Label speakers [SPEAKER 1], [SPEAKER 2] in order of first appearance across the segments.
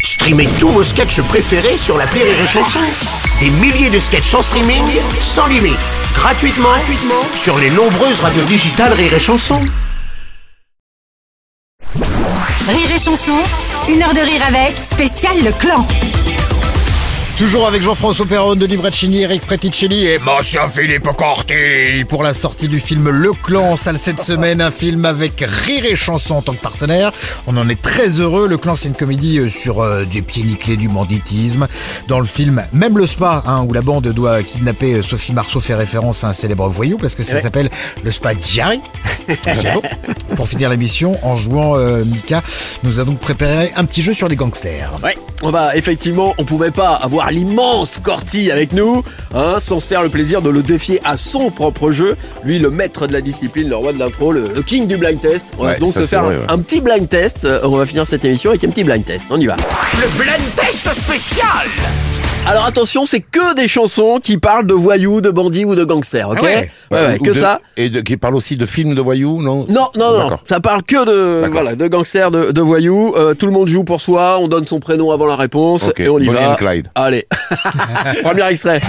[SPEAKER 1] Streamez tous vos sketchs préférés sur la Rire et Chanson. Des milliers de sketchs en streaming, sans limite, gratuitement, gratuitement sur les nombreuses radios digitales Rire et Chanson.
[SPEAKER 2] Rire et chanson, une heure de rire avec, spécial le clan.
[SPEAKER 3] Toujours avec Jean-François Perron, Denis Bracchini, Eric Freticelli et Monsieur Philippe Corti pour la sortie du film Le Clan en salle cette semaine, un film avec Rire et Chanson en tant que partenaire. On en est très heureux. Le Clan, c'est une comédie euh, sur euh, des pieds nickelés du banditisme. Dans le film, même le spa, hein, où la bande doit kidnapper euh, Sophie Marceau, fait référence à un célèbre voyou parce que ça s'appelle le spa Jerry. Bravo. pour finir l'émission, en jouant euh, Mika, nous a donc préparé un petit jeu sur les gangsters.
[SPEAKER 4] Ouais, on va effectivement, on pouvait pas avoir l'immense Corti avec nous, hein, sans se faire le plaisir de le défier à son propre jeu. Lui, le maître de la discipline, le roi de l'intro, le, le king du blind test. On va
[SPEAKER 5] Ouais,
[SPEAKER 4] donc
[SPEAKER 5] ça,
[SPEAKER 4] se
[SPEAKER 5] c'est
[SPEAKER 4] faire
[SPEAKER 5] vrai,
[SPEAKER 4] un,
[SPEAKER 5] ouais.
[SPEAKER 4] un petit blind test. Euh, On va finir cette émission avec un petit blind test. On y va.
[SPEAKER 1] Le blind test spécial
[SPEAKER 4] Alors attention, c'est que des chansons qui parlent de voyous, de bandits ou de gangsters, ok
[SPEAKER 3] Ah ouais.
[SPEAKER 4] ouais, ouais,
[SPEAKER 5] Ou
[SPEAKER 4] que
[SPEAKER 5] de-
[SPEAKER 4] ça.
[SPEAKER 5] Et de- qui parle aussi de films de voyous, non
[SPEAKER 4] Non, non, non,
[SPEAKER 5] D'accord.
[SPEAKER 4] ça parle que de,
[SPEAKER 5] D'accord.
[SPEAKER 4] voilà, de gangsters, de, de voyous. Euh, tout le monde joue pour soi, on donne son prénom avant la réponse
[SPEAKER 5] Ok,
[SPEAKER 4] et on y
[SPEAKER 5] Bonnie
[SPEAKER 4] va.
[SPEAKER 5] and Clyde.
[SPEAKER 4] Allez, premier extrait.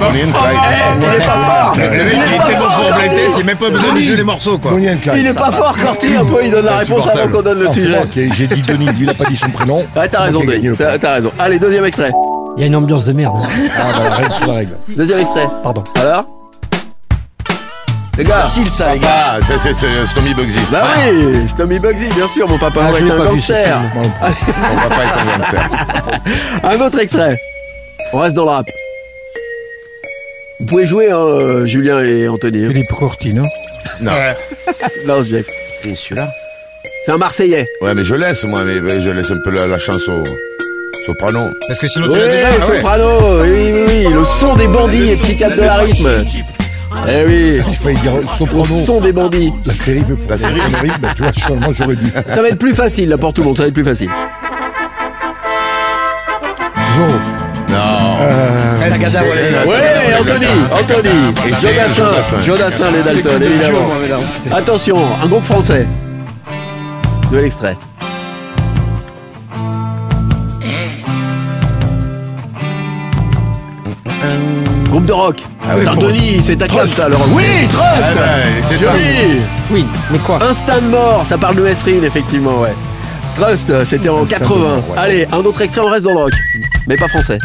[SPEAKER 5] Bonnie and Clyde.
[SPEAKER 4] Il est pas fort
[SPEAKER 3] Le mec, Euh, il
[SPEAKER 4] Il est pas
[SPEAKER 3] était bon
[SPEAKER 4] fort,
[SPEAKER 3] pour
[SPEAKER 4] Corti.
[SPEAKER 3] blatter, c'est même pas besoin de jouer les morceaux, quoi.
[SPEAKER 4] Il est pas fort, Corti, un peu, il donne la réponse avant qu'on donne
[SPEAKER 3] Ah,
[SPEAKER 4] le sujet.
[SPEAKER 3] J'ai dit Denis, il a pas dit son prénom.
[SPEAKER 4] Ah, t'as raison, Denis, t'as t'as raison. Allez, deuxième extrait.
[SPEAKER 6] Il y a une ambiance de merde.
[SPEAKER 4] Deuxième extrait.
[SPEAKER 6] Pardon.
[SPEAKER 4] Alors Les gars Facile, ça, les gars
[SPEAKER 5] Ah, c'est- c'est c'est Stomy Bugsy. Ah,
[SPEAKER 4] Bah oui, c'est Tommy Bugsy, bien sûr, mon papa
[SPEAKER 6] Ah,
[SPEAKER 4] Noël
[SPEAKER 6] je
[SPEAKER 4] est
[SPEAKER 6] l'ai
[SPEAKER 4] un
[SPEAKER 6] pas vu, ce
[SPEAKER 4] gangster.
[SPEAKER 6] film.
[SPEAKER 5] On va pas être un gangster.
[SPEAKER 4] Un autre extrait. On reste dans le rap. Vous pouvez jouer, hein, euh, Julien et Anthony. hein.
[SPEAKER 6] Philippe Corti, non
[SPEAKER 5] Non.
[SPEAKER 4] Non, Jeff.
[SPEAKER 5] Et celui-là
[SPEAKER 4] C'est un Marseillais.
[SPEAKER 5] Ouais, mais je laisse, moi, mais mais je laisse un peu la, la chance au soprano.
[SPEAKER 3] Parce que sinon, tu
[SPEAKER 4] Oui,
[SPEAKER 3] l'as déjà. Ah ouais.
[SPEAKER 4] Soprano, oui, oui, oui, le son des bandits et psychiatre de la rythme. Eh oui,
[SPEAKER 7] Il fallait dire
[SPEAKER 4] le
[SPEAKER 7] Soprano.
[SPEAKER 4] son des bandits.
[SPEAKER 7] La série peut
[SPEAKER 5] La série.
[SPEAKER 7] rythme, tu vois, finalement j'aurais dit.
[SPEAKER 4] Ça va être plus facile là pour tout le monde, ça va être plus facile.
[SPEAKER 7] Zorro.
[SPEAKER 5] Non.
[SPEAKER 3] Tagada, voilà.
[SPEAKER 4] Ouais, Anthony, Anthony,
[SPEAKER 5] Et Ah, bah, c'est
[SPEAKER 4] Jonathan,
[SPEAKER 5] Jonassin.
[SPEAKER 4] Jonathan les Dalton, évidemment. Attention, un groupe français. De l'extrait. Groupe de rock.
[SPEAKER 5] Ah oui,
[SPEAKER 4] Putain,
[SPEAKER 5] faut-
[SPEAKER 4] Denis, c'est ta classe ça, le rock. Oui,
[SPEAKER 5] Ah
[SPEAKER 4] Trust
[SPEAKER 5] bah, il était
[SPEAKER 4] Joli
[SPEAKER 6] Oui, mais quoi
[SPEAKER 4] Instant mort, ça parle de Mesrine, effectivement, ouais. Trust, euh, c'était en 80. Allez, un autre extrait, on reste dans le rock. Mais pas français.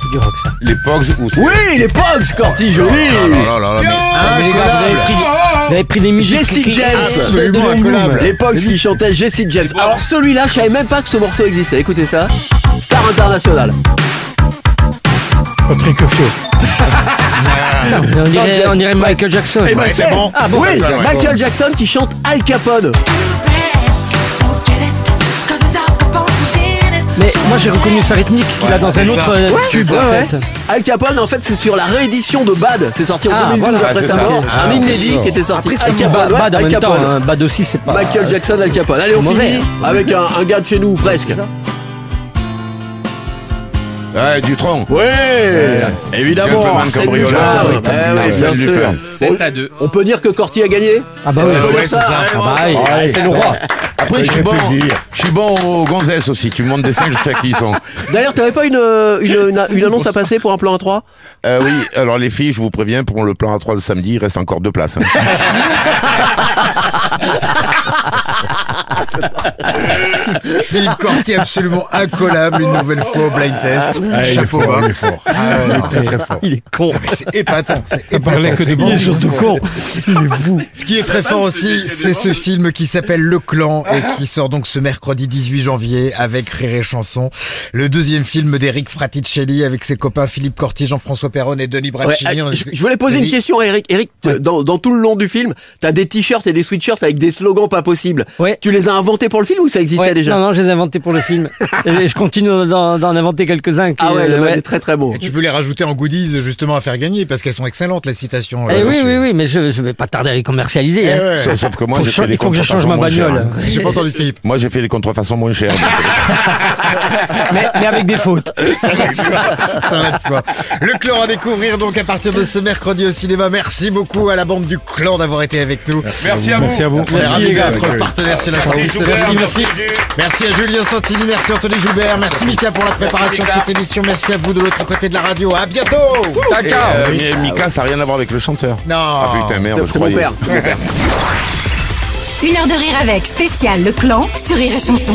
[SPEAKER 6] C'est du rock, ça.
[SPEAKER 5] L'époque où.
[SPEAKER 4] Oui, les Pogs, Corti, joli
[SPEAKER 5] Non, non, non, non, mais-
[SPEAKER 6] Ah, mais les gars, vous avez pris, vous avez pris des musiques...
[SPEAKER 4] Jesse
[SPEAKER 6] qui- qui-
[SPEAKER 4] James.
[SPEAKER 6] Absolument
[SPEAKER 3] incollable.
[SPEAKER 4] Les Pogs qui chantaient Jesse James. Alors celui-là, je savais même pas que ce morceau existait. Écoutez ça. Star International.
[SPEAKER 6] Patrick Fiot. on dirait, on dirait Michael Jackson.
[SPEAKER 4] Eh ben, c'est
[SPEAKER 3] bon.
[SPEAKER 4] Ah,
[SPEAKER 3] bon,
[SPEAKER 4] oui,
[SPEAKER 3] ouais, ouais,
[SPEAKER 4] Michael Jackson qui chante Al Capone.
[SPEAKER 6] Mais moi, j'ai reconnu sa rythmique qu'il a dans un
[SPEAKER 3] c'est
[SPEAKER 6] autre
[SPEAKER 3] ça.
[SPEAKER 6] euh, tube,
[SPEAKER 4] Ouais,
[SPEAKER 6] en
[SPEAKER 4] ouais.
[SPEAKER 6] fait.
[SPEAKER 4] Al Capone, en fait, c'est sur la réédition de Bad. C'est sorti en
[SPEAKER 6] Ah,
[SPEAKER 4] 2012
[SPEAKER 6] voilà.
[SPEAKER 4] après
[SPEAKER 5] Ah,
[SPEAKER 4] sa
[SPEAKER 5] c'est ça.
[SPEAKER 4] mort.
[SPEAKER 5] Ah,
[SPEAKER 4] un
[SPEAKER 5] oui,
[SPEAKER 4] inédit
[SPEAKER 5] d'accord.
[SPEAKER 4] qui était sorti.
[SPEAKER 6] Après, c'est
[SPEAKER 4] Al
[SPEAKER 6] du
[SPEAKER 4] Capone,
[SPEAKER 6] bad,
[SPEAKER 4] ouais,
[SPEAKER 6] bad en
[SPEAKER 4] Al
[SPEAKER 6] même temps.
[SPEAKER 4] Capone.
[SPEAKER 6] hein. Bad aussi, c'est pas...
[SPEAKER 4] Michael Jackson, Al Capone. Allez, on
[SPEAKER 6] Ah, mauvais,
[SPEAKER 4] finit
[SPEAKER 6] hein.
[SPEAKER 4] avec un, un gars de chez nous, ou presque.
[SPEAKER 5] Ouais, Dutron.
[SPEAKER 4] Ouais, évidemment.
[SPEAKER 5] Gentleman
[SPEAKER 4] Arsène
[SPEAKER 5] cambrioleur.
[SPEAKER 4] Lupin.
[SPEAKER 5] Ah, oui,
[SPEAKER 4] Eh oui,
[SPEAKER 5] Arsène
[SPEAKER 4] bien sûr.
[SPEAKER 5] Lupin.
[SPEAKER 4] On- On peut dire que Corti a gagé.
[SPEAKER 6] Ah bah ouais.
[SPEAKER 4] On peut dire ça,
[SPEAKER 3] ça.
[SPEAKER 4] hein,
[SPEAKER 3] Ah
[SPEAKER 4] voilà.
[SPEAKER 6] Ah, il-
[SPEAKER 7] Ouais.
[SPEAKER 6] c'est le roi.
[SPEAKER 5] Après, je suis bon. Je suis bon aux gonzesses aussi. Tu me montres des singes, je sais qui ils sont.
[SPEAKER 4] D'ailleurs, t'avais pas une, euh, une, une, une annonce à passer pour un plan à 3
[SPEAKER 5] Euh, oui, alors les filles, je vous préviens, pour le plan A3 le samedi, il reste encore deux places. hein.
[SPEAKER 3] Philippe Corti, absolument incollable, une nouvelle fois au blind test. Chapeau hein. bas. Ah, Il est fort. il est très très fort.
[SPEAKER 6] Il est con.
[SPEAKER 3] C'est épatant. c'est épatant.
[SPEAKER 6] que des Il est surtout con. Il est fou.
[SPEAKER 3] Ce qui est très fort aussi, c'est ce film qui s'appelle Le Clan et qui sort donc ce mercredi 18 janvier avec Rire et Chanson. Le deuxième film d'Eric Fraticelli avec ses copains Philippe Corti, Jean-François Perron et Denis
[SPEAKER 6] Ah,
[SPEAKER 4] Ouais,
[SPEAKER 3] Bracchini.
[SPEAKER 4] euh,
[SPEAKER 3] On-
[SPEAKER 4] je, je voulais poser une
[SPEAKER 3] Vas-y.
[SPEAKER 4] question à Eric. Eric, t- dans, dans tout le long du film, t'as des t-shirts et des sweatshirts avec des slogans pas possibles.
[SPEAKER 6] Ouais.
[SPEAKER 4] Tu les as inventés pour le film ou ça existait
[SPEAKER 6] Ouais,
[SPEAKER 4] déjà
[SPEAKER 6] Non, non, je les ai inventés pour le film. Et je continue d'en d'en inventer quelques-uns hein, qui,
[SPEAKER 4] Ah ouais, il y en a
[SPEAKER 6] ouais.
[SPEAKER 4] des très très beaux.
[SPEAKER 3] Et tu peux les rajouter en goodies justement à faire gagner parce qu'elles sont excellentes les citations.
[SPEAKER 6] Eh
[SPEAKER 3] euh,
[SPEAKER 6] oui,
[SPEAKER 3] là-dessus.
[SPEAKER 6] oui, oui, mais je, je vais pas tarder à les commercialiser.
[SPEAKER 3] Eh
[SPEAKER 6] hein.
[SPEAKER 3] ouais.
[SPEAKER 5] Sauf, sauf que moi,
[SPEAKER 6] Faut
[SPEAKER 5] j'ai
[SPEAKER 6] que je-
[SPEAKER 5] fait des
[SPEAKER 6] il faut que je change ma
[SPEAKER 5] contrefaçons moins hein.
[SPEAKER 6] bagnole.
[SPEAKER 5] chères.
[SPEAKER 3] J'ai pas entendu Philippe.
[SPEAKER 5] Moi, j'ai fait des contrefaçons moins chères.
[SPEAKER 6] mais, mais avec des fautes.
[SPEAKER 3] Ça va de soi. Le clan à découvrir donc à partir de ce mercredi au cinéma. Merci beaucoup à la bande du clan d'avoir été avec nous.
[SPEAKER 8] Merci à vous.
[SPEAKER 7] Merci à vous.
[SPEAKER 3] On est ravis
[SPEAKER 7] les gars.
[SPEAKER 3] d'être partenaires sur la sortie de ce
[SPEAKER 8] Joubert,
[SPEAKER 3] film.
[SPEAKER 8] merci.
[SPEAKER 3] Merci à Julien Santini, merci Anthony Joubert, merci Mika pour la préparation de
[SPEAKER 8] Mika.
[SPEAKER 3] cette émission, merci à vous de l'autre côté de la radio. À bientôt.
[SPEAKER 6] Ciao, ciao.
[SPEAKER 5] Euh, Mi- Mika, ça n'a rien à voir avec le chanteur.
[SPEAKER 3] Non.
[SPEAKER 5] Ah putain, merde,
[SPEAKER 4] C'est-
[SPEAKER 5] je
[SPEAKER 4] C'est mon
[SPEAKER 5] croyais.
[SPEAKER 4] père. c'est mon père.
[SPEAKER 2] Une heure de rire avec spécial Le Clan sur Rire et Chanson.